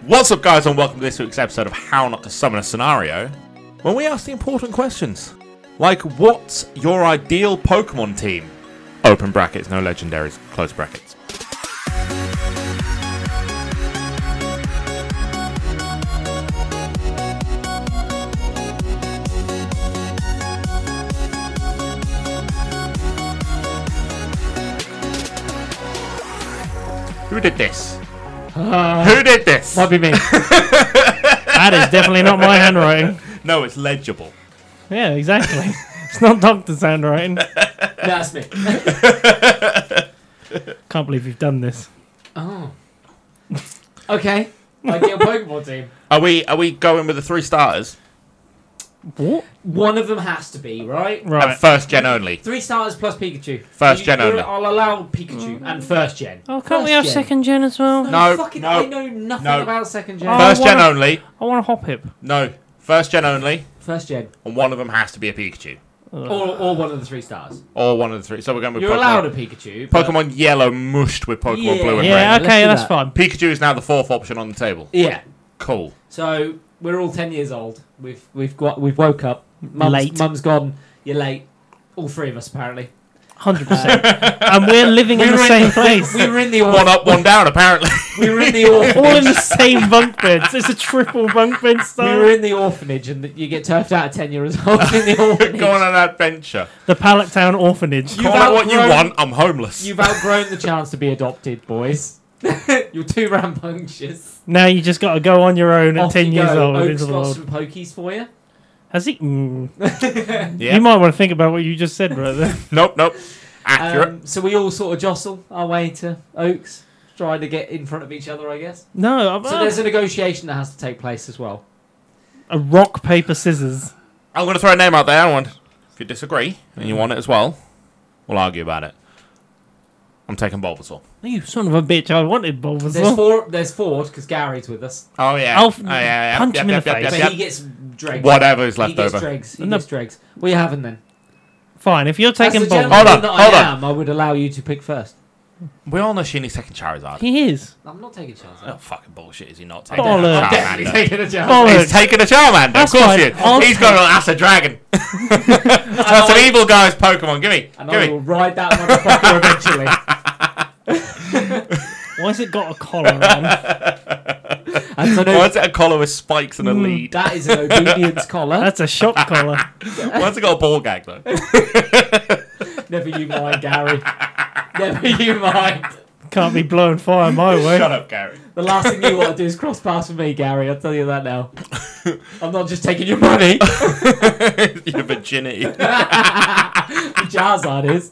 What's up, guys, and welcome to this week's episode of How Not to Summon a Scenario, when we ask the important questions. Like, what's your ideal Pokemon team? Open brackets, no legendaries, close brackets. Who did this? Who did this? Might be me. that is definitely not my handwriting. No, it's legible. Yeah, exactly. It's not doctor's handwriting. That's me. Can't believe you've done this. Oh. Okay. Ideal Pokemon team. Are we are we going with the three starters? What? One of them has to be, right? And Right. first gen only. Three starters plus Pikachu. First gen only. I'll allow Pikachu and first gen. Mm. Oh, can't we First have gen. second gen as well? No, Fucking, no, I know nothing no. about second gen. Oh, First gen what a- only. I want a hop hip. No. First gen only. First gen. And one of them has to be a Pikachu. Or, or one of the three stars. Or one of the three. So we're going with You're Pokemon. allowed a Pikachu. but- Pokemon Yellow mushed with Pokemon Yeah. Blue and Yeah, Red. Let's okay, do that's that. fine. Pikachu is now the fourth option on the table. Yeah. Cool. So we're all ten years old. We've we've got we've woke up. Mum's, Late. Mum's gone. You're late. All three of us apparently. 100%. and we're living in We the were in- same place. We were in the One orphan. up, one down, apparently. we were in the orphan. All in the same bunk beds. It's a triple bunk bed We style. were in the orphanage, and you get turfed out at ten years old in the orphanage. Go on an adventure. the Pallet Town Orphanage. You- You've Call it what you outgrown- want. I'm homeless. You've outgrown the chance to be adopted, boys. You're too rambunctious. Now you just got to go on your own at Off 10 you years go. old Oak's into the got world. some pokies for you. Has he? Mm. Yeah. You might want to think about what you just said right there. Nope, nope. Accurate. Um, so we all sort of jostle our way to Oaks, trying to get in front of each other, I guess. No, I'm, So there's a negotiation that has to take place as well. a rock, paper, scissors. I'm going to throw a name out there. I want, if you disagree and you want it as well, we'll argue about it. I'm taking Bulbasaur. You son of a bitch! I wanted There's Bulbasaur. four. There's Ford because Gary's with us, Oh yeah. I'll f- oh, yeah, yeah. punch him in the face. but yep, he yep. gets dregs. Whatever's he left gets over. dregs. He No. gets dregs. What are you having then? Fine, if you're That's taking the Bulbasaur, Hold gentleman on, that hold on. I am. I would allow you to pick first. We all know she needs second Charizard. he is. I'm not taking chances. What fucking bullshit is he not taking? a Bollocks. Definitely Charmander? taking a chance. He's Bollocks. taking a Charmander. That's of course fine. he is. I'll He's got an that's a dragon. I'll- that's an evil guy's Pokemon. Give me, And I give will me. ride that motherfucker eventually. Why has it got a collar on? And so no- Why is it a collar with spikes and a Mm. lead? that is an obedience collar. That's a shock collar. Why has it got a ball gag though? Never you mind, Gary. Never you mind. Can't be blowing fire my way. Shut up, Gary. The last thing you want to do is cross paths with me, Gary. I'll tell you that now. I'm not just taking your money. Your virginity. Jarzard is.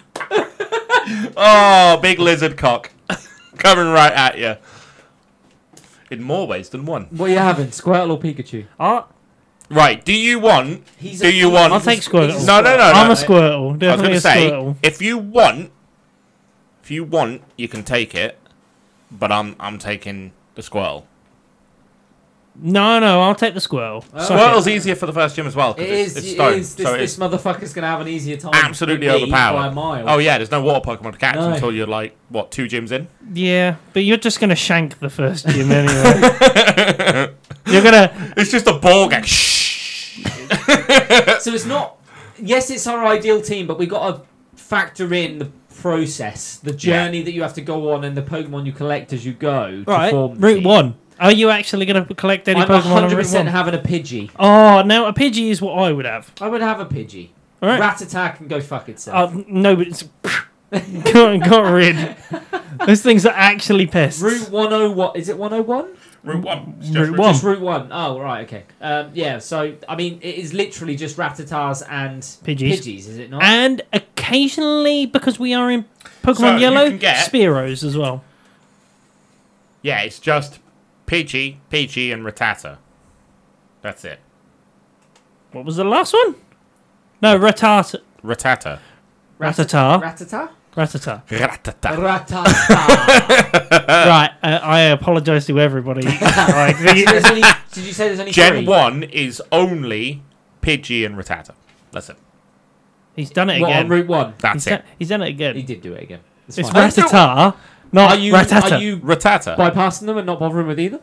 Oh, big lizard cock. Coming right at you. In more ways than one. What are you having, Squirtle or Pikachu? I, Right, do you want. He's Do you want- I'll take Squirtle. he's a No, no, no, I'm no. a Squirtle. I was Definitely going a to say, Squirtle. if you want. If you want, you can take it. But I'm I'm taking the squirrel. No, no, I'll take the Squirtle. Oh. Suck Squirrel's easier for the first gym as well. 'cause It it's, is. It's it stone, is. This, so this it's motherfucker's gonna have an easier time. absolutely with me overpowered. by a mile. Oh yeah, there's no water Pokemon to catch No. until you're like what two gyms in? it. Yeah, but you're just gonna shank the first gym anyway. you're gonna. It's just a ball gag. Shh. So it's not. Yes, it's our ideal team, but we got to factor in the process, the journey that you have to go on, and the Pokemon you collect as you go. To Right, form the Route team. one. Are you actually gonna collect any I'm Pokemon on 100 Route one? percent having a Pidgey. oh, no, a Pidgey is what I would have. I would have a Pidgey. All right. Rat attack and go fuck itself. Uh, no, but it's got, got rid. Those things are actually pests. Route 101. Is it 101? Route one. It's just Route Route one. Just Route 1. Oh, right, okay. Um, yeah, so, I mean, it is literally just Rattatas and Pidgeys. is it not? and occasionally because we are in Pokemon So, you Yellow, can get- Spearows as well. Yeah, it's just Peachy, Peachy, and Rattata. That's it. What was the last one? No, Ratata, Rattata. Ratata, Ratata? Ratata. Rattata. Ratata. right, uh, I apologise to everybody. Like, the- There's only- did you say there's only three? Gen one is only Pidgey and Rattata. That's it. he's done it What, again. on Route 1? he's, That's done, it. he's done it He again. did do it again. It's It's fine. fine. Ratata, not Are you, Ratata. are you Rattata. bypassing them and not bothering with either?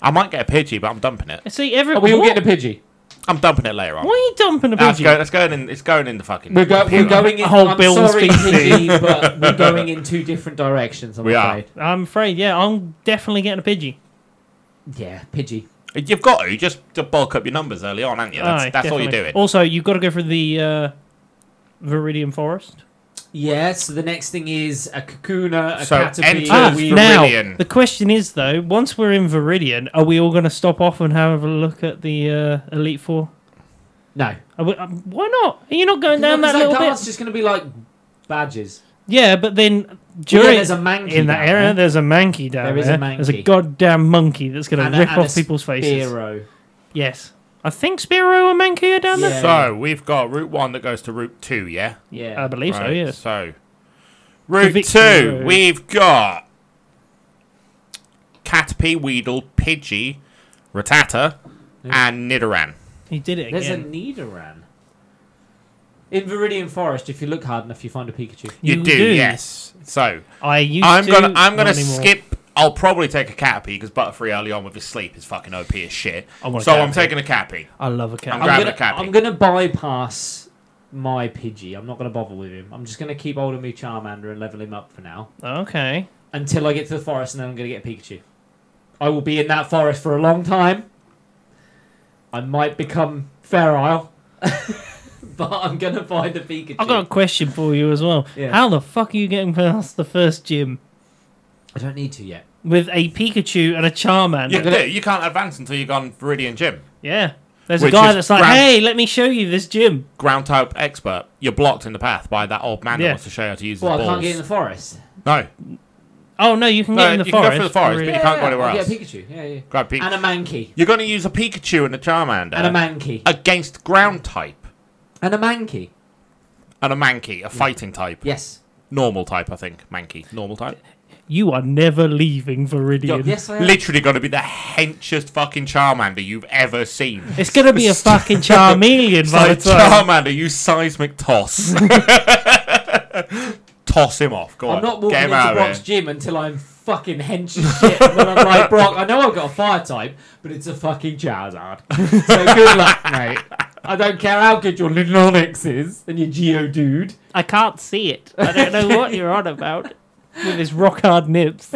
I might get a Pidgey, but I'm dumping it. See, every Are we all what? getting a Pidgey? I'm dumping it later on. Why are you dumping a Nah, it's, Pidgey? go, it's going in. It's going in the fucking. We're, go- we're computer. going in. Whole I'm Bill's sorry, PC. Pidgey, but we're going in two different directions. I'm We are. afraid. I'm afraid, yeah, I'm definitely getting a Pidgey. Yeah, Pidgey. You've got to. You just to bulk up your numbers early on, haven't you? That's, Aye, that's all you're definitely. doing. Also, you've got to go for the uh, Viridian Forest. Yeah. So the next thing is a Kakuna, a So Caterpie. enter a Ah, Yes, Weedle. now Viridian. the question is though, once we're in Viridian, are we all going to stop off and have a look at the uh, Elite Four? no. Are we, um, why not? Are you not going down No, 'cause that little card's bit? just going to be like badges. Yeah, but then Yeah, during there's a Mankey in that down area, there. there's a monkey down there. There is a There's a Mankey. goddamn monkey that's going And to a- rip and a off people's faces. Spiro. Yes, I think Spiro and Mankey are down there. Yeah. So we've got Route One that goes to Route Two. Yeah. Yeah. I believe so. Right, Yes. So Route Victory Two, Road. we've got Caterpie, Weedle, Pidgey, Rattata, and Nidoran. He did it There's again. a Nidoran. In Viridian Forest, if you look hard enough, you find a Pikachu. You, You do, do. yes. So I used I'm to. gonna I'm gonna not anymore. skip. I'll probably take a Caterpie because Butterfree early on with his sleep is fucking OP as shit. I want a So I'm Caterpie. taking a Caterpie. I love a cat. I'm I'm grabbing gonna, a Cappy. I'm gonna bypass my Pidgey. I'm not gonna bother with him. I'm just gonna keep hold of my Charmander and level him up for now Okay. until I get to the forest, and then I'm gonna get a Pikachu. I will be in that forest for a long time. I might become feral, but I'm gonna find a Pikachu. I've got a question for you as well. Yeah. How the fuck are you getting past the first gym I don't need to yet. with a Pikachu and a Charmander? You, Yeah. gonna- do. you can't advance until you've gone Viridian Gym. There's Which a guy is that's like, grand- hey, let me show you this gym. Ground type expert. You're blocked in the path by that old man Yeah. that wants to show you how to use Well, his I can't balls. get in the forest. no, Oh, no, you can No, get in the you can go forest. through the forest, but You can't go anywhere I'll else. Get a Pikachu. Yeah, yeah. grab Pikachu. And a Mankey. You're going to use a Pikachu and a Charmander And a Mankey. against ground type And a Mankey. and a Mankey, a fighting type, Yes. normal type, I think. Mankey, normal type. You are never leaving Viridian. Yes, I am. Literally going to be the henchest fucking Charmander you've ever seen. It's going to be a fucking Charmeleon It's by like the time. Charmander, you seismic toss. toss him off. Go on. I'm not walking Get him out into of Brock's here. gym until I'm fucking hench as shit. when I'm like, Brock, I know I've got a fire type, but it's a fucking Charizard. So good luck, mate. I don't care how good your Linonix is and your Geodude. I can't see it. I don't know what you're on about with his rock hard nips.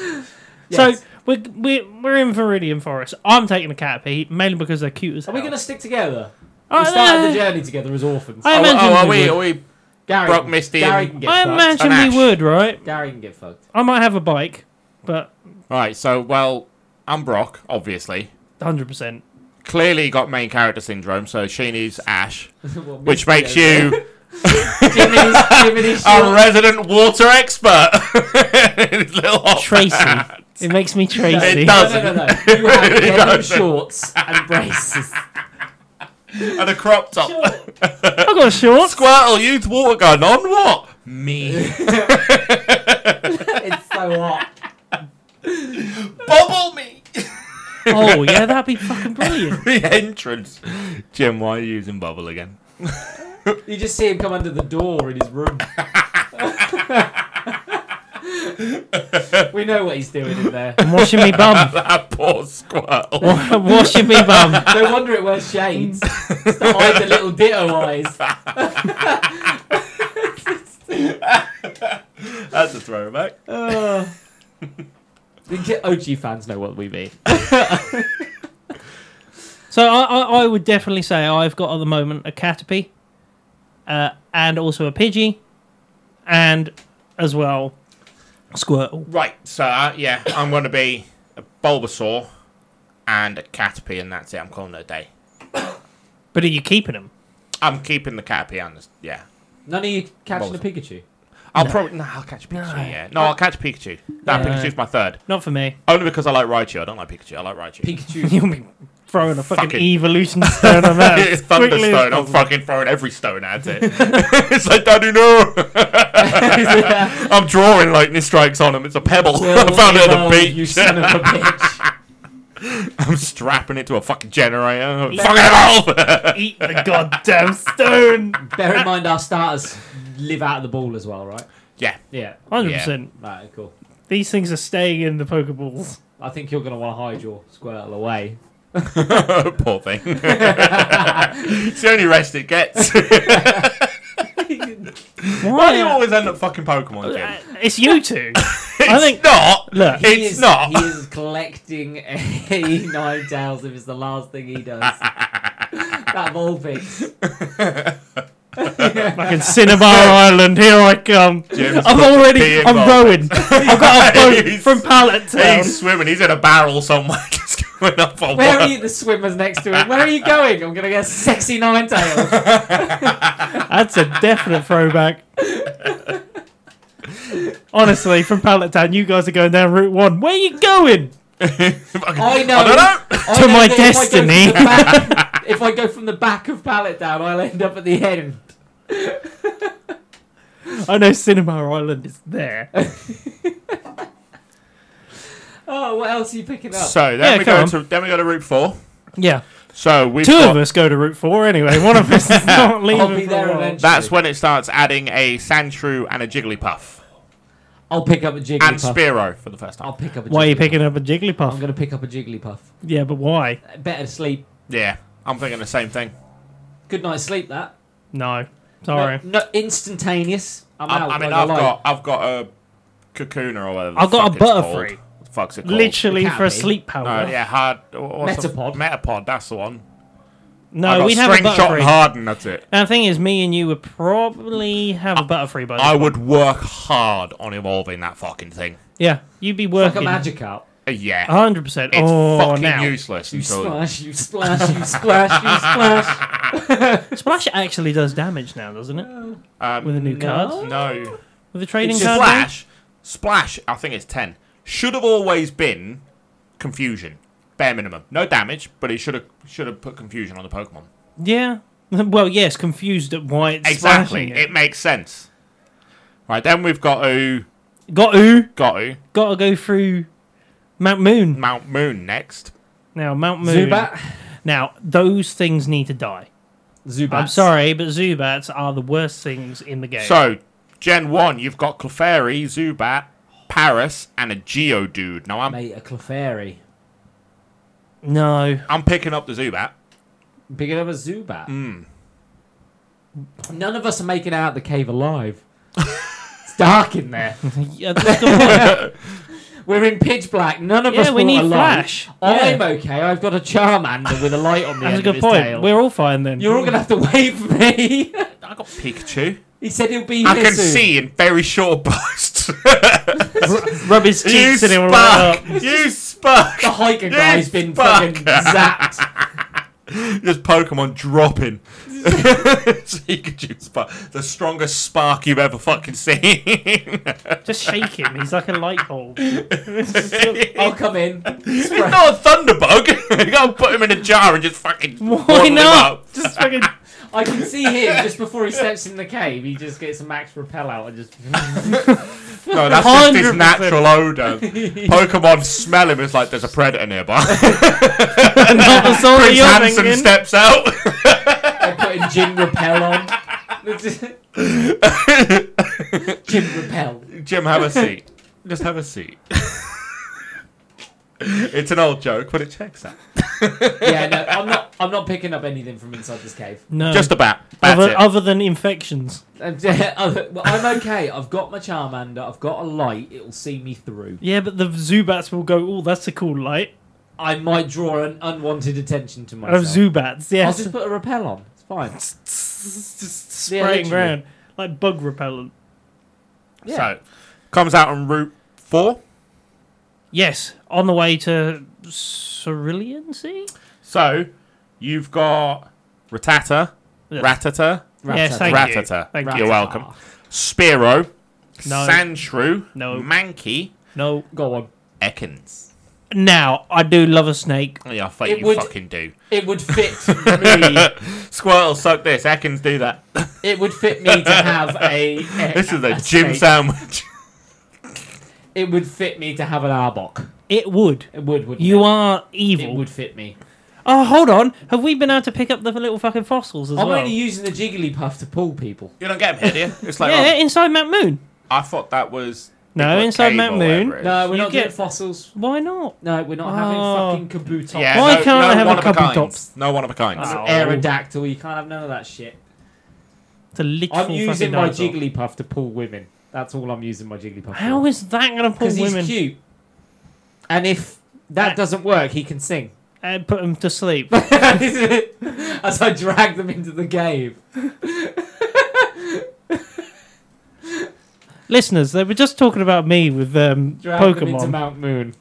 Yes. So. We're, we're, we're in Viridian Forest. I'm taking a Caterpie, mainly because they're cute as Are we going to stick together? Oh, we started no. the journey together as orphans. I Oh, imagine oh, are we we? would. Are we? Gary, Brock, Misty Gary and- can get I fucked. imagine And we Ash. would, right? Gary can get fucked. I might have a bike, but All right. So, well, I'm Brock, obviously. 100%. Clearly got main character syndrome, so Sheeny's Ash, Well, which Misty makes over there. you Jiminy's, Jiminy's a short. resident water expert. His little hot Tracy. pants. It makes me It Tracy. does. No, no, no, no. You have yellow doesn't. shorts and braces. and a crop top. I've got shorts. Squirtle, youth water gun on what? Me. It's so hot. Bubble me. Oh, yeah, that'd be fucking brilliant. the entrance. Jim, why are you using bubble again? You just see him come under the door in his room. we know what he's doing in there. I'm washing me bum. That poor Squirtle. I'm washing me bum. No wonder it wears shades. It's to hide the little ditto eyes. That's a throwback. Uh, the OG fans know what we mean. So I, I, I would definitely say I've got at the moment a Caterpie uh, and also a Pidgey and as well Squirtle. Right, so uh, yeah, I'm going to be a Bulbasaur and a Caterpie, and that's it. I'm calling it a day. But are you keeping them? I'm keeping the Caterpie and the, yeah. None of you catching a Balls. Pikachu. I'll probably no, I'll catch Pikachu. Yeah, no, I'll catch Pikachu. No, Yeah. Pikachu's my third. Not for me. Only because I like Raichu. I don't like Pikachu. I like Raichu. Pikachu. You'll be throwing a fucking Fucking- evolution stone on that. as it's quickly as Thunderstone. I'm possible. fucking throwing every stone at it. it's like, Daddy, no! I'm drawing lightning strikes on him. It's a pebble. I found it at Well, the beach. You son of a bitch. I'm strapping it to a fucking generator. Fuck it off! Eat the goddamn stone. Bear in mind our starters live out of the ball as well, right? yeah. Yeah. Hundred percent. Right, cool. These things are staying in the Pokeballs. I think you're going to want to hide your Squirtle away. Poor thing. it's the only rest it gets. Why do you always end up fucking Pokemon again? It's you two. It's I think. not. Look, He it's is- not. He is collecting a nine tails if it's the last thing he does. that Vulpix. fucking Cinnabar Island, here I come. Jim's I'm got already. the I'm P rowing. I've got a boat He's- from Pallet Town. He's swimming. He's in a barrel somewhere, just going up on Where are one. you? The swimmer's next to him. Where are you going? I'm going to get a sexy nine tails. That's a definite throwback. Honestly, from Pallet Town, you guys are going down Route 1. Where are you going? Fucking- I know. I don't know. I know my that if I go from destiny. the back- If I go from the back of Pallet Down, I'll end up at the end. I know Cinema Island is there. Oh, what else are you picking up? So then Yeah, we come go on. to then we go to Route Four. Yeah. So we've Two got, of us go to Route 4 anyway. One of us is not leaving. I'll be for a there while. eventually. That's when it starts adding a Sandshrew and a Jigglypuff I'll pick up a Jigglypuff. and Spearow for the first I'll time. pick up a Jigglypuff. Why are you picking up a Jigglypuff? I'm going to pick up a Jigglypuff. Yeah, but why? Better sleep. Yeah, I'm thinking the same thing. Good night's sleep, that. No. Sorry. No, no, instantaneous. I'm I, out. I mean, like, I've like- got I've got a Kakuna or whatever. the I've got fuck a it's called. Butterfree. What the fuck's it called? Literally Can't for a be. sleep power. No, Uh, yeah, hard. what's the- Metapod. Metapod, that's the one. I No, got we'd have a Stringshot and Butterfree. Harden. That's it. Now, the thing is, me and you would probably have a Butterfree by I then. would work hard on evolving that fucking thing. Yeah, you'd be like a working. magic out. Uh, Yeah, 100%. it's oh, fucking now. useless. You until- splash, you splash, you splash, you splash. Splash actually does damage now, doesn't it? um, With the new no. cards, no, with the trading card. game? Splash, Splash, I think it's 10. Should have always been confusion. Bare minimum. No damage, but it should have should have put confusion on the Pokemon. Yeah. Well, yes, confused at why it's Exactly. splashing It makes sense. Right, then we've got to It. Got to got to got to go through Mount Moon Mount Moon next. now. Mount Moon. Zubat. Now those things need to die. Zubat. I'm sorry, but Zubats are the worst things in the game. So Gen 1, you've got Clefairy, Zubat, Paris, and a Geodude. Now I'm Mate, a Clefairy. no, I'm picking up the Zubat. Picking up a Zubat. Hmm. None of us are making out the cave alive. it's dark in there. Yeah, that's the point. We're in pitch black. None of Yeah, us we brought need a flash. Light. I'm Yeah. okay. I've got a Charmander with a light on the that's a end of good his point. tail. We're all fine then. You're all gonna have to wait for me. I got Pikachu. he said he'll be I here can soon. see in very short bursts. rub his you cheeks and it will light spark! You spark! The hiker You guy's been fuck. fucking zapped. Just Pokemon dropping. so you could use spark. The strongest spark you've ever fucking seen. up. Just shake him. He's like a light bulb. I'll come in. He's not a Thunderbug. you gotta put him in a jar and just fucking. waddle Why him not? up. Just fucking. I can see him just before he steps in the cave. He just gets a max repel out and just. No, that's just his 100%. natural odor. Pokemon smell him. It's like there's a predator nearby. Not the sort Prince you're Hansen thinking. steps out. They're putting gin repel on. gin repel. Jim, have a seat. Just have a seat. it's an old joke, but it checks out. Yeah, no, I'm not. I'm not picking up anything from inside this cave. No. Just about. That's other, it. other than infections. I'm well, I'm okay. I've got my Charmander. I've got a light. It'll see me through. Yeah, but the Zubats will go, oh, that's a cool light. I might draw an unwanted attention to Of myself. Zubats, I'll yes. just put a repel on. It's fine. Just Yeah, spraying literally. around. Like bug repellent. Yeah. So, comes out on Route 4. Yes, on the way to Cerulean Sea? So, you've got Rattata, Yes. Ratata, Yes, Rattata. thank you. Ratata. Thank You're you. welcome. Ah. Spearow, No. Sandshrew, No. Mankey, No. Go on. Ekans. Oh, Now, I do love a snake. Yeah, I think It you would- fucking do. It would fit me. Squirtle, suck this. Ekans, do that. It would fit me to have a. a- This is a a gym snake. sandwich. It would fit me to have an Arbok. It would. It would, wouldn't You it? are It evil. would fit me. Oh, hold on. Have we been able to pick up the little fucking fossils as I'm well? only using the Jigglypuff to pull people. you don't get him here, do you? It's like, oh, yeah, inside Mount Moon. I thought that was No, Bigfoot inside cave Mount or Moon. whatever it is. No, we're You not get- getting fossils. Why not? No, we're not Oh. having fucking kabutops. Yeah, Why no, can't no I have a one of couple kinds. tops? No one of a kind. Oh. Aerodactyl. You can't have none of that shit. It's a literal I'm fucking using my dinosaur. Jigglypuff to pull women. That's all I'm using my Jigglypuff How for. is that going to pull Because he's women cute. And if that That- doesn't work, he can sing. and put them to sleep? As I drag them into the cave. Listeners, they were just talking about me with um, Drag them into Pokemon. Mount Moon.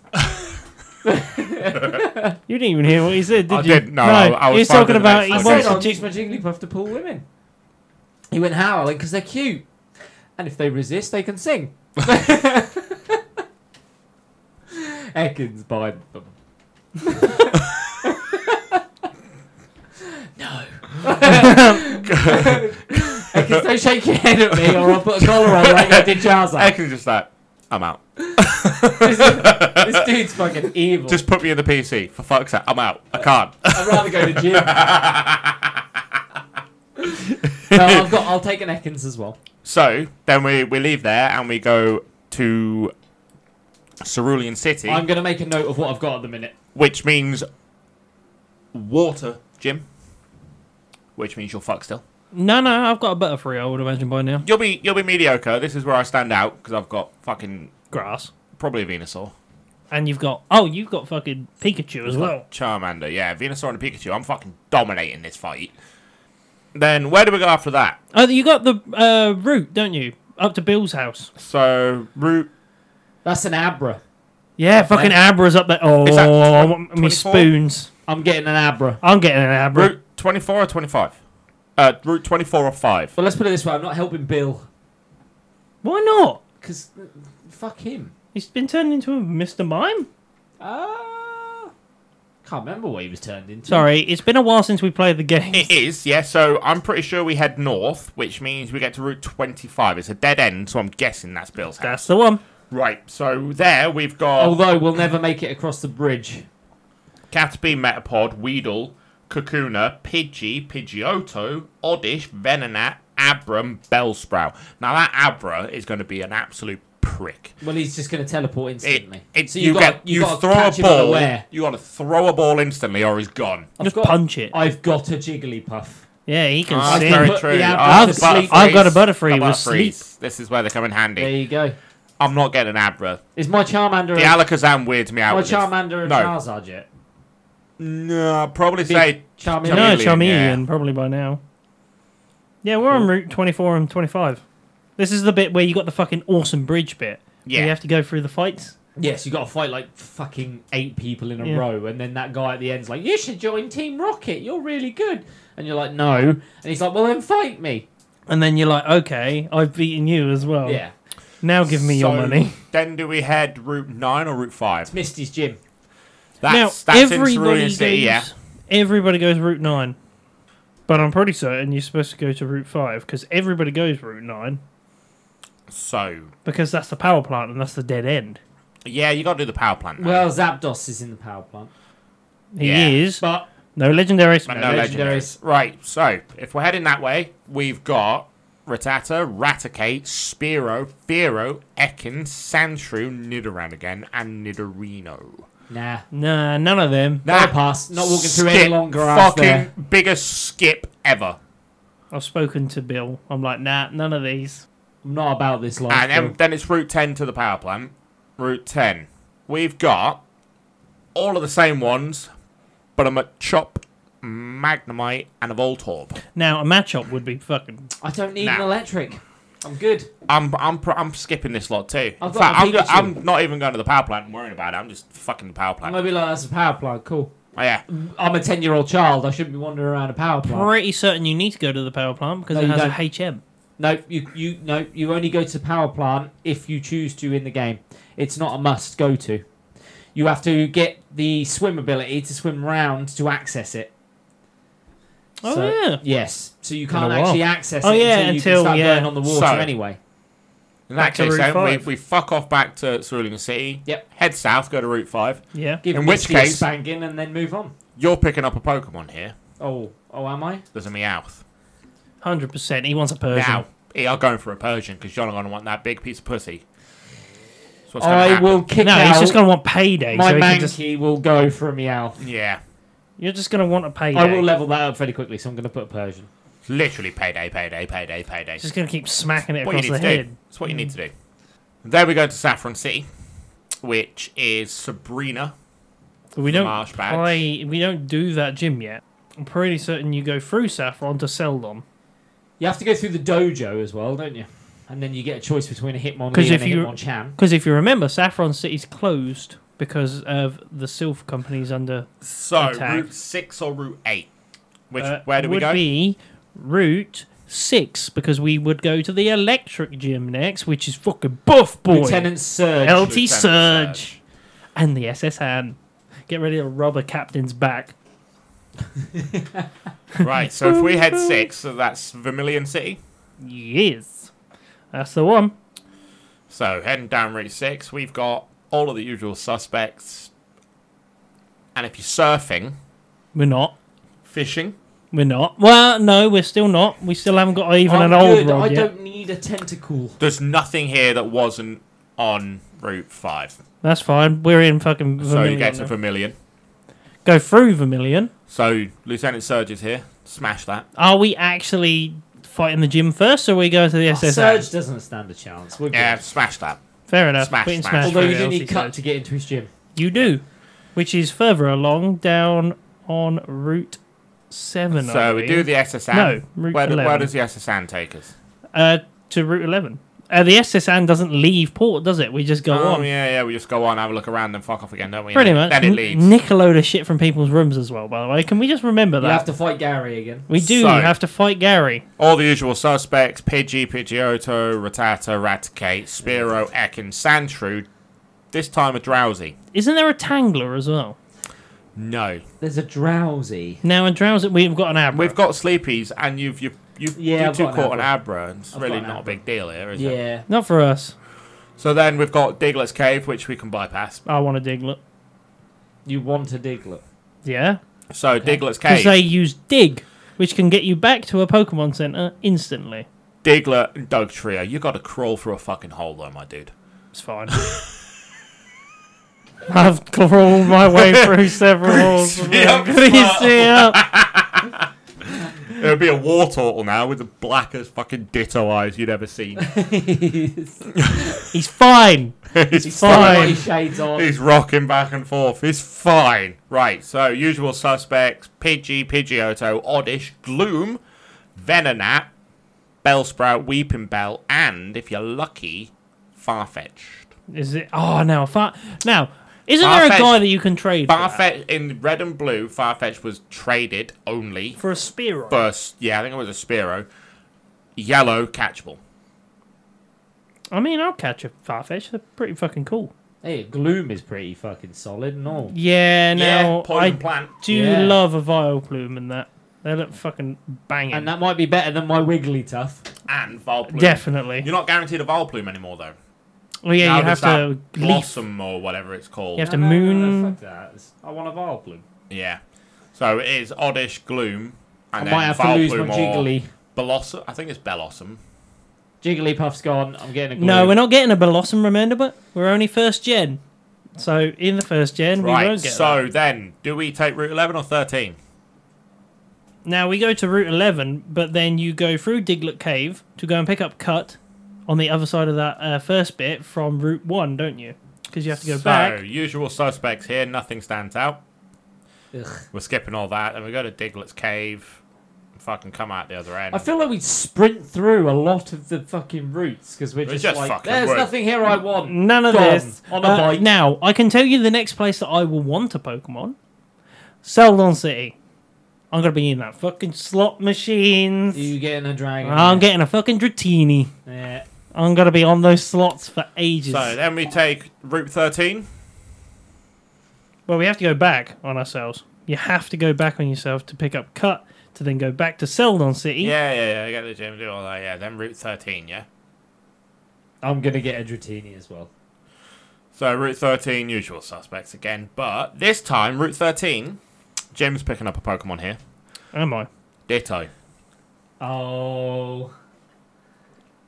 you didn't even hear what he said, did I you? did- no, I- I was he's talking fine with the about next he I one. wants said a I'll jig- use my Jigglypuff to pull women. He went, how? I went, because they're cute. And if they resist, they can sing. Ekans by them. no. Ekans, don't shake your head at me or I'll put a collar on like I did I Charizard. can just like, I'm out. This, this dude's fucking evil. Just put me in the PC. For fuck's sake, I'm out. I can't. I'd rather go to gym. no, I've got, I'll take an Ekans as well. so then we, we leave there and we go to Cerulean City, I'm gonna make a note of what I've got at the minute. which means water, Jim. Which means you'll fuck still. No, no, I've got a better for you, I would imagine, by now. You'll be you'll be mediocre. This is where I stand out because I've got fucking Grass. probably a Venusaur. And you've got, oh, you've got fucking Pikachu as well. Charmander, yeah, Venusaur and a Pikachu. I'm fucking dominating this fight. Then where do we go after that? Oh, you got the uh, route, don't you? Up to Bill's house. So route That's an Abra. Yeah, fucking Abra's up there. Oh, Is that I want me 24? spoons. I'm getting an Abra. I'm getting an Abra. route twenty four or twenty five? Uh, route twenty four or five. Well, let's put it this way: I'm not helping Bill Why not? because fuck him. He's been turned into a Mr. Mime. Ah, can't remember what he was turned into. Sorry, it's been a while since we played the game. It is, yeah. So I'm pretty sure we head north, which means we get to Route 25. It's a dead end, so I'm guessing that's Bill's house. That's the one. Right. So there we've got Although we'll never make it across the bridge. Caterpie, Metapod, Weedle, Kakuna, Pidgey, Pidgeotto, Oddish, Venonat, Abram, Bellsprout. Now that Abra is going to be an absolute prick. Well, he's just gonna teleport It, instantly. it, so you, gotta- get you, gotta throw a catch him ball. unaware. You got to throw a ball instantly, or he's gone. I've Just got- punch it. I've got a Jigglypuff. Yeah, he can Ah, sing. that's very Put true. the Abra Ah, to the sleep. Butterfrees. I've got a Butterfree The with Butterfrees. sleep. This is where they come in There handy. you go. I'm not getting an Abra. Is my Charmander? The A, Alakazam weirds me out. my with this. Charmander and No. Charizard yet? No, I'd probably Big say Charmander. No, Charmeleon, Charmeleon, probably by now. Yeah, we're on Route 24 and 25. This is the bit where you got the fucking awesome bridge bit. where Yeah. You have to go through the fights. Yes, you got to fight like fucking eight people in a Yeah. row, and then that guy at the end's like, "You should join Team Rocket. You're really good." And you're like, "No," and he's like, "Well, then fight me." And then you're like, okay, I've beaten you as well. Yeah, Now give me your So, money. Then do we head Route Nine or Route Five? Misty's gym. That's now, that's in everybody Cerulean goes, City, yeah. Everybody goes Route 9. But I'm pretty certain you're supposed to go to Route 5 because everybody goes Route 9 So because that's the power plant and that's the dead end. yeah, you got to do the power plant. Now. Well, Zapdos is in the power plant, He Yeah. is. but No legendary. But no no legendaries. legendaries. Right. So if we're heading that way, we've got Rattata, Raticate, Spearow, Fearow, Ekin, Sandshrew, Nidoran again, and Nidorino. nah, Nah, none of them. That bypass. Not walking through skip, any longer. Fucking Fucking. biggest skip ever. I've spoken to Bill. I'm like, nah, none of these. I'm not about this life. And then, Bill. then it's Route 10 to the power plant. Route 10. We've got all of the same ones, but I'm at Chop, Magnemite, and a Voltorb. Now, a matchup would be fucking. I don't need an Nah. electric. I'm good. I'm I'm pr- I'm skipping this lot too. I've In got fact, a I'm, go- Pikachu. I'm not even going to the power plant and worrying about it. I'm just fucking the power I'm plant. gonna be like, "That's a power plant. Cool." Oh, yeah. I'm a ten-year-old child. I shouldn't be wandering around a power plant. Pretty certain you need to go to the power plant because No, it you has don't. a HM. No, you you no, you only go to power plant if you choose to in the game. It's not a must go to. You have to get the swim ability to swim round to access it. Oh, So- yeah. Yes, so you a can't while. actually access it Oh, yeah, until, you until- can start yeah. going on the water So- anyway. In Back that to case, Route then, we, five. we fuck off back to Cerulean City. Yep. Head south, go to Route 5. Yeah. Give In in which which case, case- spanking and then move on. You're picking up a Pokemon here. Oh, oh, am I? There's a Meowth. eh, 100%. He wants a Persian. Now, you are going for a Persian because you're not going to want that big piece of pussy. what's gonna I happen. will kick No, out. he's just going to want payday. my so he Mankey can just, will go for a Meowth. Yeah, you're just going to want a payday. I will level that up fairly quickly, so I'm going to put a Persian. literally payday, payday, payday, payday. just going to keep smacking it what you across need the to head. Mm. do. It's what you need to do. There we go to Saffron City, which is Sabrina. We the don't Marsh badge. play. We don't do that gym yet. I'm pretty certain you go through Saffron to Seldon. You have to go through the dojo as well, don't you? And then you get a choice between a Hitmonlee 'Cause and if a you- Hitmonchan. Because if you remember, Saffron City's closed because of the Sylph companies under. So Attack. Route Six or Route Eight? Which uh, where do we would go? Be Route Six because we would go to the Electric Gym next, which is fucking buff boy. Lieutenant Surge. LT Lieutenant Surge. Surge. and the SSN. Get ready to rob a captain's back. right. So if we head six, so that's Vermilion City. Yes, that's the one. So heading down Route Six, we've got all of the usual suspects. And if you're surfing, We're not. fishing, We're not. Well, no, we're still not. We still haven't got even I'm an old good, rod I yet. don't need a tentacle. there's nothing here that wasn't on Route Five. That's fine. We're in fucking So you Vermilion. get to now. Vermilion. Go through Vermilion. So Lieutenant Surge is here. Smash that. Are we actually fighting the gym first, or are we going to the SSN? Surge doesn't stand a chance. We're good. Yeah, smash that. Fair enough. Smash, we can smash. smash Although through you do the need LC cut Surge. to get into his gym. You do, which is further along down on Route Seven. I So we do believe. the SSN. No, Route where, do- where 11. does the SSN take us? uh, to Route Eleven. Uh, the SSN doesn't leave port, does it? We just go oh on. yeah, yeah. We just go on, have a look around, then fuck off again, don't we? Pretty And much. Then it N- leaves. nick a load of shit from people's rooms as well. By the way, can we just remember You that? have to fight Gary again. we do So- have to fight Gary. All the usual suspects: Pidgey, Pidgeotto, Rattata, Raticate, Spiro, Ekin, Sandshrew. This time a drowsy. Isn't there a Tangler as well? No, There's a drowsy. Now in Drowsy, we've got an Abra. we've got sleepies, and you've you you Yeah, you I've two got an caught an Abra. and It's I've really got an not a Abra. big deal here, is it? Yeah. Not for us. So then we've got Diglett's Cave, which we can bypass. I want a Diglett. You want a Diglett. Yeah, So Diglett's because Cave. they use Dig, which can get you back to a Pokemon Center instantly. Diglett and Doug Trio, you gotta crawl through a fucking hole though, my dude. It's fine. I've crawled my way through several holes. me up, Grease me up. It would be a war turtle now with the blackest fucking ditto eyes you'd ever seen. He's He's fine. he's, fine. got his shades on. he's rocking back and forth. He's fine. Right, so usual suspects Pidgey, Pidgeotto, Oddish, Gloom, Venonat, Bellsprout, Weeping Bell, and if you're lucky, Farfetch'd. Is it? Oh, now far. Now, isn't there Farfetch'd. a guy that you can trade for, that? Farfetch in red and blue, Farfetch was traded only for a Spearow? for, s- yeah, I think it was a Spearow. Yellow, catchable. I mean, I'll catch a Farfetch. They're pretty fucking cool. Hey, Gloom is pretty fucking solid and all. Yeah. Now yeah, I poison plant. do Yeah. love a Vile Plume in that. They look fucking banging. And that might be better than my Wigglytuff. and Volplume. Definitely. You're not guaranteed a Volplume anymore, though. Well, yeah, Now you have there's to that leaf. Blossom or whatever it's called. You have to No, no, moon. no, Ah, fuck that. It's- I want a Vileplume. Yeah. So it is Oddish Gloom. I And then might have to lose my Volplume or Jiggly. Blossom. I think it's Bellossom. Jigglypuff's gone. I'm getting a Gloom. No, we're not getting a Blossom, remember, but we're only first gen. So in the first gen, we Right. won't get So that. then, do we take Route 11 or 13? Now we go to Route 11, but then you go through Diglett Cave to go and pick up Cut on the other side of that uh, first bit from Route 1, don't you? Because you have to go so, back. usual suspects here. Nothing stands out. Ugh. We're skipping all that. And we go to Diglett's Cave. And fucking come out the other end. I feel like we sprint through a lot of the fucking routes because we're We just, just like, fucking there's would. nothing here I want. None of Gone. this. On a Uh, bike. Now, I can tell you the next place that I will want a Pokemon Seldon City. I'm going to be in that fucking slot machines. You getting a dragon? I'm getting a fucking Dratini. Yeah. I'm gonna be on those slots for ages. so then we take Route 13. well, we have to go back on ourselves. You have to go back on yourself to pick up cut, to then go back to Seldon City. Yeah, yeah, yeah. Get the gym, do all that. Yeah. Then Route 13, yeah. I'm gonna get a Dratini as well. So Route 13, usual suspects again, but this time Route 13, Jim's picking up a Pokemon here. Am I? Ditto. Oh.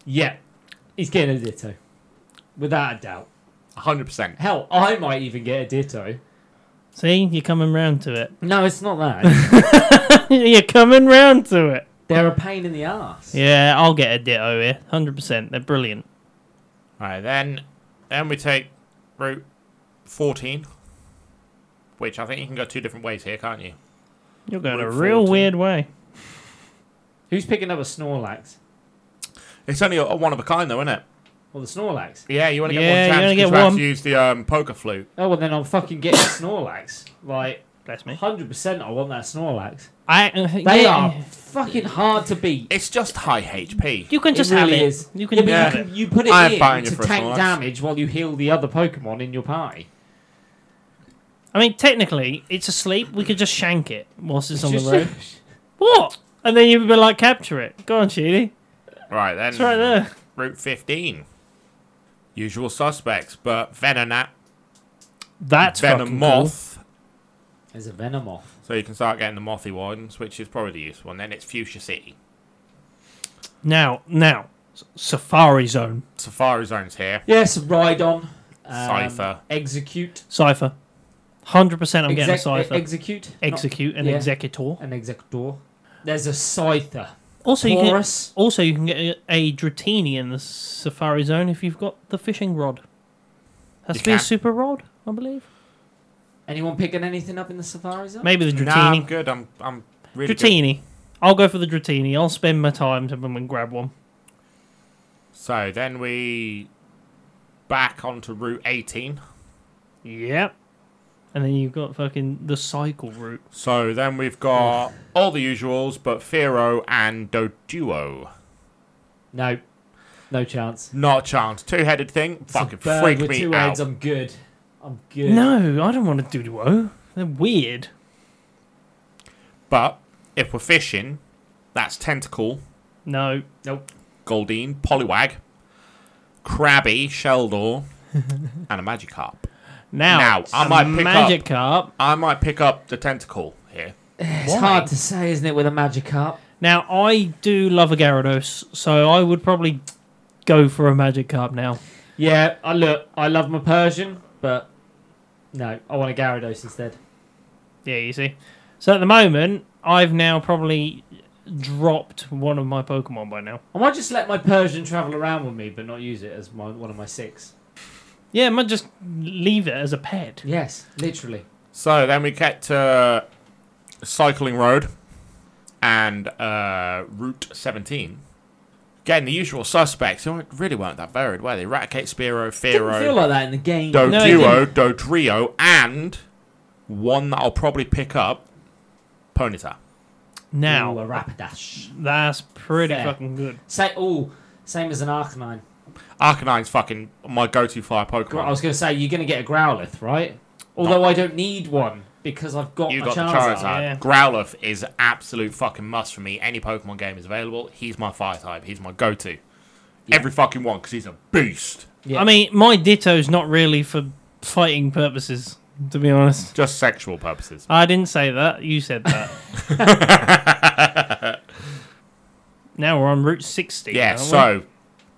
Yeah. He's getting a Ditto. Without a doubt. 100%. Hell, I might even get a ditto. See, you're coming round to it. No, it's not that. you're coming round to it. They're a pain in the ass. Yeah, I'll get a ditto here. 100%. They're brilliant. Alright, then then we take route 14, which I think you can go two different ways here, can't you? You're going Route a real 14. weird way. Who's picking up a Snorlax? It's only a, a one of a kind, though, isn't it? Well, the Snorlax. Yeah, you want to get Yeah, you one chance only get because we have one. to use the um, poker flute. Oh, well, then I'll fucking get a Snorlax. Like, Bless me. 100% I want that Snorlax. I, uh, They yeah, are fucking hard to beat. It's just high HP. You can just it really have it. is. You can yeah, but have you, it. can, you put it I am buying in you to for a tank Snorlax. damage while you heal the other Pokemon in your party. I mean, technically, it's asleep. We could just shank it whilst it's, on Just- the road. What? And then you'd be like, capture it. Go on, Sheedy. Right, then. It's right Hmm. there. Route 15. Usual suspects, but Venonat, That's fucking cool. Venomoth. There's a Venomoth. So you can start getting the Mothy ones, which is probably the useful. And then it's Fuchsia City. Now, now, S- Safari Zone. Safari Zone's here. Yes, Rhydon. Um, Cypher. Execute. Cipher. 100% I'm getting a Exec- Cipher. Execute. Execute and yeah. Executor. Not an executor. There's a Scyther. Also, you can, Taurus. also, you can get a, a Dratini in the Safari Zone if you've got the fishing rod. Has You to be a can. super rod, I believe. Anyone picking anything up in the Safari Zone? Maybe the Nah, I'm Dratini. good. I'm, I'm really good. Dratini. I'll go for the Dratini. I'll spend my time to and grab one. So then we back onto Route 18. Yep. And then you've got fucking the cycle route. So then we've Mm. got all the usuals, but Firo and Doduo. No. No chance. Not a chance. Two-headed thing. It's a Fucking bird freak with me two out. heads. I'm good. I'm good. No, I don't want to do duo. They're weird. But if we're fishing, that's Tentacle, No. Nope. Goldeen, Poliwag, Crabby, Sheldor, and a Magikarp. Now, Now, I a might pick magic up. I might pick up the Tentacle here. It's Why? hard to say, isn't it, with a Magikarp? Now, I do love a Gyarados, so I would probably go for a magic carp now. Yeah, I look, I love my Persian, but no, I want a Gyarados instead. Yeah, you see. So at the moment, I've now probably dropped one of my Pokemon by now. I might just let my Persian travel around with me, but not use it as my, one of my six. Yeah, I might just leave it as a pet. Yes, literally. So then we get to Cycling Road and uh, Route 17. Again, the usual suspects who really weren't that varied, were they? Raticate, Spearow, Didn't feel Fearow, like that in the game. No, it Doduo, Dodrio, and one that I'll probably pick up, Ponyta. Now, Ooh, a Rapidash. that's pretty Fair. fucking good. Say, oh, same as an Arcanine. Arcanine's fucking my go-to fire Gr- I Pokemon. was going to say you're going to get a Growlithe, right? Although I don't need one because I've got You my got the Charizard. Charizard. Yeah. Growlithe is absolute fucking must for me. Any Pokemon game is available. He's my fire type. He's my go-to. Every fucking one because he's a beast. Yeah. I mean, my Ditto's not really for fighting purposes, to be honest. Just sexual purposes. I didn't say that. You said that. now we're on Route 60. Yeah, aren't we? so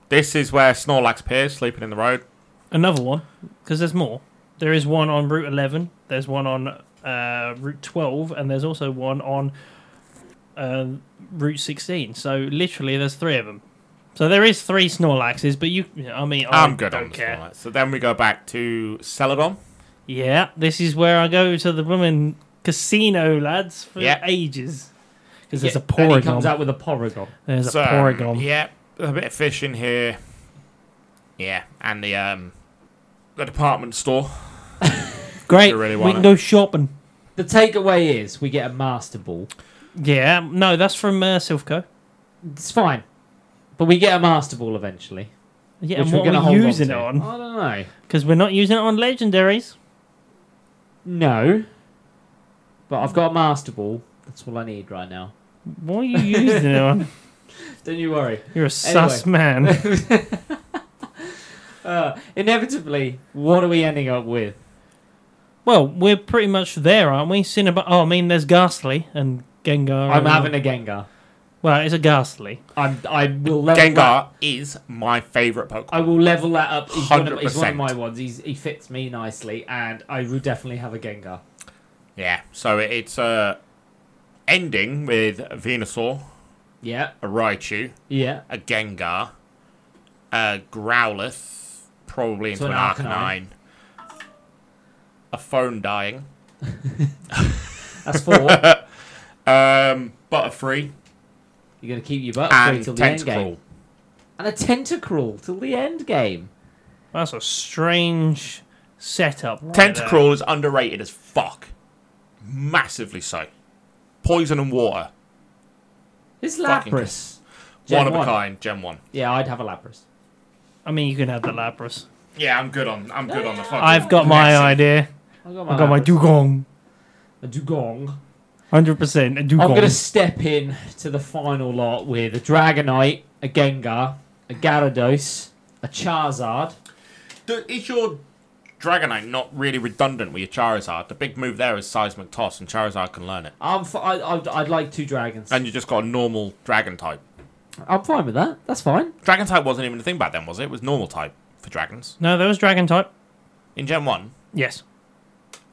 this is where Snorlax appears, sleeping in the road. Another one, because there's more. There is one on Route 11, there's one on uh, Route 12, and there's also one on uh, Route 16. So literally, there's three of them. So there is three Snorlaxes, but you, I mean, I I'm good don't on the care. Snorlax. So then we go back to Celadon. Yeah, this is where I go to the women casino, lads, for Yeah. ages. Because there's a And he comes Porygon. out with a Porygon. There's So, a Porygon. Yeah, a bit of fish in here. Yeah, and the um the department store. Great. You really we want can it. go shopping. The takeaway is we get a Master Ball. Yeah, no, that's from uh, Silphco. It's fine, but we get a Master Ball eventually. Yeah, which and we're what gonna are hold we using it on? on, to. I don't know. Because we're not using it on legendaries. No, but I've got a Master Ball. That's all I need right now. What are you using it on? Don't you worry. You're a sus man. Uh, inevitably, what are we ending up with? Well, we're pretty much there, aren't we? Cinnabon. Oh, I mean, there's Ghastly and Gengar. I'm and- having a Gengar. Well, it's a ghastly. I'm, I will level that. Gengar is my favorite Pokemon. I will level that up. He's one, of, he's one of 100%. my ones. He's, he fits me nicely, and I would definitely have a Gengar. Yeah, so it- it's uh, ending with a Venusaur, Yeah, a Raichu, yeah. a Gengar, a Growlithe, probably into So an, an Arcanine, Arcanine. a Phone Dying, That's four. You're um, Butterfree, gonna keep your butt free and till the end game, Tentacruel. and a Tentacruel till the end game. That's a strange setup. Right there. Tentacruel is underrated as fuck. Massively so. Poison and water. It's Fucking Lapras. Gen One of a one. kind, Gen 1. Yeah, I'd have a Lapras. I mean, you can have the Lapras. Yeah, I'm good on I'm good on the fucking I've got my Nessie. idea. I've got my, I've got my Lapras. dugong. a Dugong. Hundred percent a dugong. I'm going to step in to the final lot with a Dragonite, a Gengar, a Gyarados, a Charizard. Do- Is your Dragonite not really redundant with your Charizard? The big move there is Seismic Toss, and Charizard can learn it. I'm f- I, I'd, I'd like two dragons. And you just got a normal Dragon type. I'm fine with that. That's fine. Dragon type wasn't even a thing back then, was it? It was normal type for dragons. No, there was dragon type. In Gen 1, Yes,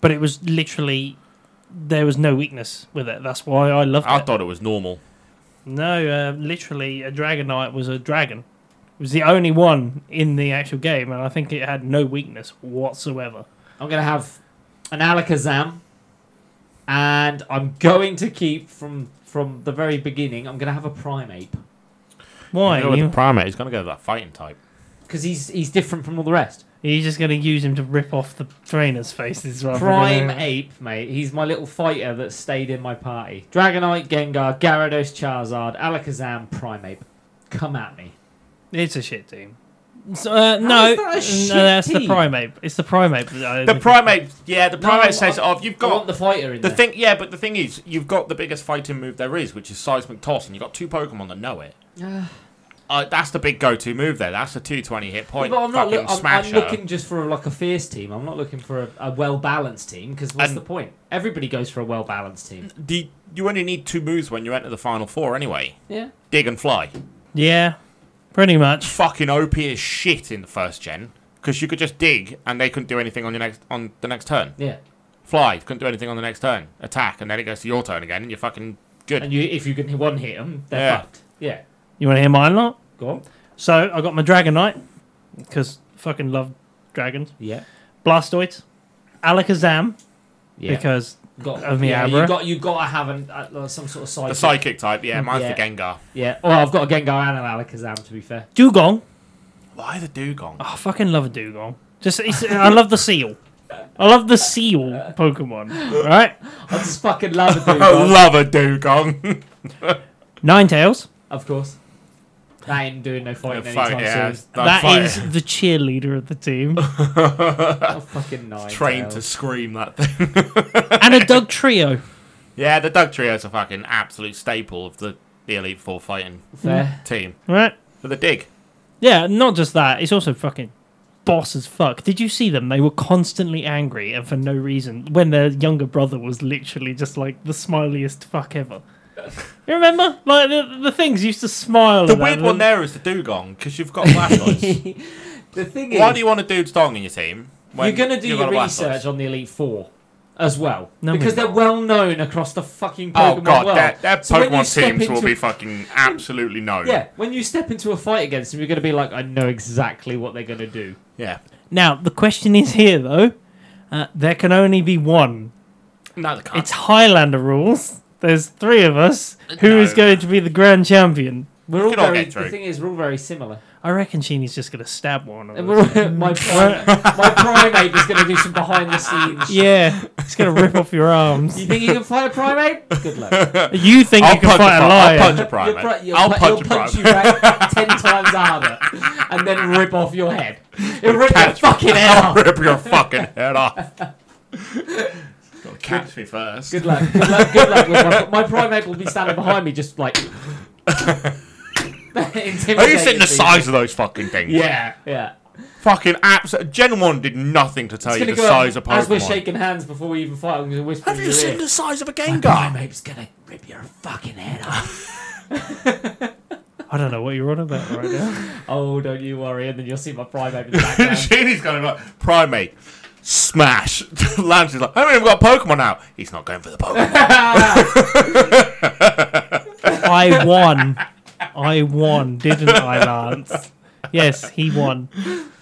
but it was literally there was no weakness with it. That's why I loved I it. thought it was normal. No, uh, literally, a Dragonite was a dragon. It was the only one in the actual game, and I think it had no weakness whatsoever. I'm going to have an Alakazam. And I'm going to keep from from the very beginning, I'm going to have a Primeape. Why? You know, with You, the primate, he's going to go with that fighting type. Because he's, he's different from all the rest. you're just going to use him to rip off the trainers' faces, rather Prime than ape, mate. He's my little fighter that stayed in my party. Dragonite, Gengar, Gyarados, Charizard, Alakazam, Primeape. Come at me. It's a shit team. So, uh, no, is that a shit no, that's the team? primate. It's the primate. that I- The primate, yeah, the primate No, says I- it off. You've I want got the fighter in the there. thing, yeah, but the thing is, you've got the biggest fighting move there is, which is Seismic Toss, and you've got two Pokemon that know it. Uh, that's the big go-to move there. That's a 220 hit point. but I'm not fucking loo- I'm, I'm smasher. looking just for like a fierce team. I'm not looking for a, a well balanced team because what's And- the point? Everybody goes for a well balanced team. the, you only need two moves when you enter the final four anyway. Yeah. Dig and fly. yeah, pretty much. Fucking OP as shit in the first gen because you could just dig and they couldn't do anything on your next on the next turn. Yeah. Fly couldn't do anything on the next turn. Attack and then it goes to your turn again and you're fucking good. And you, if you can one hit them, they're Yeah. fucked. Yeah. You want to hear mine or not? Go on. So I got my Dragonite because fucking love dragons. Yeah. Blastoise, Alakazam Yeah. because got, of yeah, Miabra. you got you got to have an, uh, some sort of the side. psychic type, yeah, mine's the Yeah. Gengar. Yeah. Well, I've got a Gengar and an Alakazam to be fair. dugong. Why the dugong? Oh, I fucking love a dugong. Just it's, I love the seal. I love the seal Pokemon. Right, I just fucking love a I dugong. love a dugong. Nine Tails. of course. That ain't doing no fighting Yeah, fuck anytime it, yeah, soon. don't That fight is it. the cheerleader of the team, Oh, fucking nine. trained to tails. scream that thing. and a Doug Trio. Yeah, the Doug Trio is a fucking absolute staple of the, the Elite Four fighting Fair. team. Right? For the dig. Yeah, not just that. It's also fucking boss as fuck. Did you see them? They were constantly angry and for no reason. When their younger brother was literally just like the smiliest fuck ever. You remember? Like the, the things used to smile. The at weird them. one there is the dugong because you've got Blastoise. the thing is, Why do you want a dude's dong in your team? you, are going to do you've your got a Blastoise? research on the Elite Four as well. No, because we're they're not. well known across the fucking Pokemon Oh god, world. their, their So when you Pokemon step teams will into- be fucking absolutely known. Yeah, when you step into a fight against them, you're going to be like, I know exactly what they're going to do. yeah. Now the question is here though. Uh, there can only be one No, they can't. It's Highlander rules. There's three of us. Who is No. going to be the grand champion? We're all Could all very. get through. The thing is, we're all very similar. I reckon Sheeny's just going to stab one of And us. we're all, my prime, my primate is going to do some behind the scenes. Yeah, he's going to rip off your arms. You think you can fight a primate? Good luck. You think I'll you can punch fight a a pri- I'll punch lion? a primate. You'll pu- you'll I'll pu- punch a he'll punch primate. you back ten times harder, and then rip off your head. He'll rip your Catch- fucking head I'll off. rip your fucking head off. Gotta catch me first. Good luck. Good luck. Good luck. With my, my primate will be standing behind me, just like. Are Are you seeing the size of those fucking things? Yeah, yeah. Fucking absolute. Gen 1 did nothing to tell It's you gonna Oh, the go size of Pokemon. as we're shaking hands before we even fight. I'm gonna whisper. Have in you your seen ear, the size of a "My Gengar? Primeape's gonna rip your fucking head off. I don't know what you're on about right now. Oh, don't you worry, and then you'll see my primate in the background. Sheeny's kind of like, primate, smash. Lance is like, I haven't even got Pokemon now. He's not going for the Pokemon. I won. I won, didn't I, Lance? Yes, he won.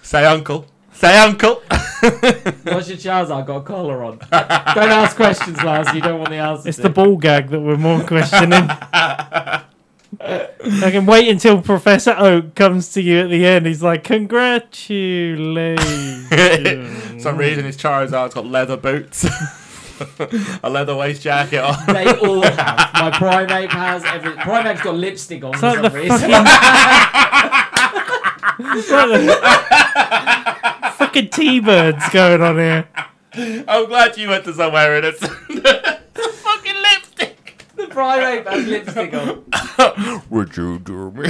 Say uncle. Say uncle. What's your Charizard got a collar on? don't ask questions, Lars. You don't want the answers. It's the ball gag that we're more questioning. I can wait until Professor Oak comes to you at the end. He's like, For congratulations. some reason, his Charizard's got leather boots, a leather waist jacket on. They all have. My primate has every. Primate's got lipstick on It's for like some the reason. fucking. It's like the fucking T-birds going on here. I'm glad you went to somewhere in it. fucking lipstick. the primate has lipstick on. Would you do me?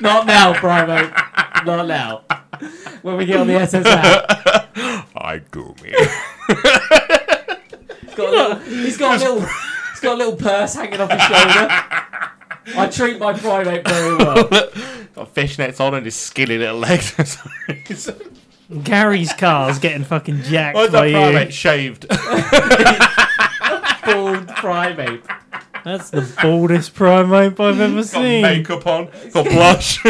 Not now, primate. Not now. When we get on the SSL, I do me. he's got a little. He's got a little. He's got a little purse hanging off his shoulder. I treat my primate very well. got fishnets on and his skinny little legs. Why's that Gary's car's getting fucking jacked by you. primate shaved? Bald primate. That's the baldest primate I've ever got seen. makeup on. Got blush.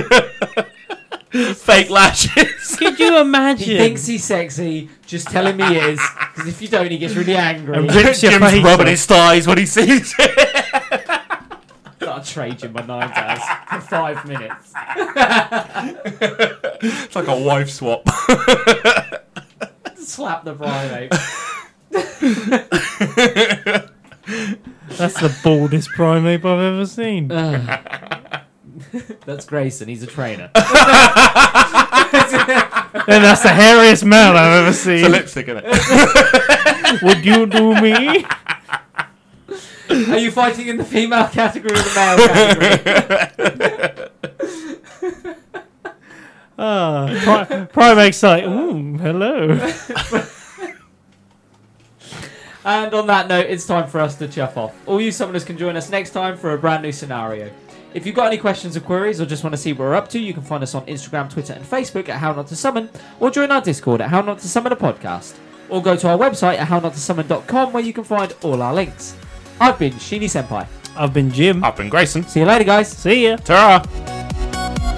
Fake lashes. Could you imagine? He thinks he's sexy. Just tell him he is. Because if you don't, he gets really angry. And Rips your Jim's face rubbing off. his thighs when he sees it. Got a Trajan by nine times for five minutes. It's like a wife swap. Slap the primate. That's the baldest primate I've ever seen. That's Grayson. He's a trainer. And that's the hairiest man I've ever It's a seen. lipstick in it. Would you do me? Are you fighting in the female category or the male category? Ah, pri- primate's like, ooh, hello. and on that note, it's time for us to chuff off. All you summoners can join us next time for a brand new scenario. If you've got any questions or queries or just want to see what we're up to, you can find us on Instagram, Twitter, and Facebook at How Not to Summon, or join our Discord at How Not to Summon a Podcast, or go to our website at hownotosummon.com where you can find all our links. I've been Shini Senpai. I've been Jim. Up in Grayson. See you later, guys. See ya. Ta-ra.